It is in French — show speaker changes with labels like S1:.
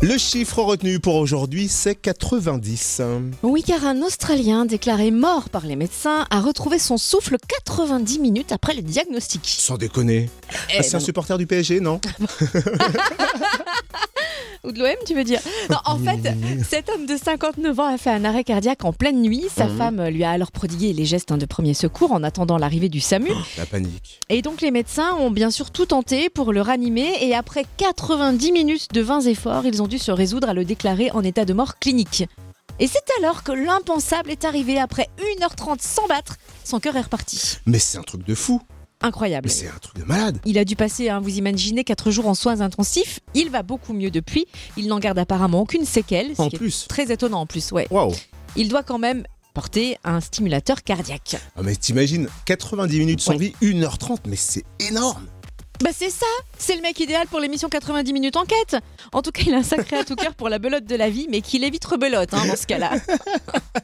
S1: Le chiffre retenu pour aujourd'hui, c'est 90.
S2: Oui, car un Australien déclaré mort par les médecins a retrouvé son souffle 90 minutes après le diagnostic.
S1: Sans déconner.
S2: Eh
S1: Ah, c'est un
S2: ben,
S1: supporter du PSG, non
S2: ou de l'OM, tu veux dire Non, en fait, cet homme de 59 ans a fait un arrêt cardiaque en pleine nuit. Sa
S1: Mhm.
S2: femme lui a alors prodigué les gestes hein, de premier secours en attendant l'arrivée du SAMU.
S1: La panique.
S2: Et donc les médecins ont bien sûr tout tenté pour le ranimer et après 90 minutes de vains efforts, ils ont dû se résoudre à le déclarer en état de mort clinique. Et c'est alors que l'impensable est arrivé après 1h30 sans battre, son cœur est reparti.
S1: Mais c'est un truc de fou.
S2: Incroyable.
S1: Mais c'est un truc de malade.
S2: Il a dû passer, hein, vous imaginez, 4 jours en soins intensifs. Il va beaucoup mieux depuis. Il n'en garde apparemment aucune séquelle, ce
S1: En
S2: qui est
S1: plus.
S2: très étonnant en plus. Ouais.
S1: Waouh.
S2: Il doit quand même porter un stimulateur cardiaque.
S1: Ah, mais t'imagines, 90 minutes sans
S2: Ouais.
S1: vie, 1h30, mais c'est énorme.
S2: Bah c'est ça, c'est le mec idéal pour l'émission 90 minutes enquête. En tout cas, il a un sacré à tout cœur pour la belote de la vie, mais qu'il évite rebelote hein, dans ce cas-là.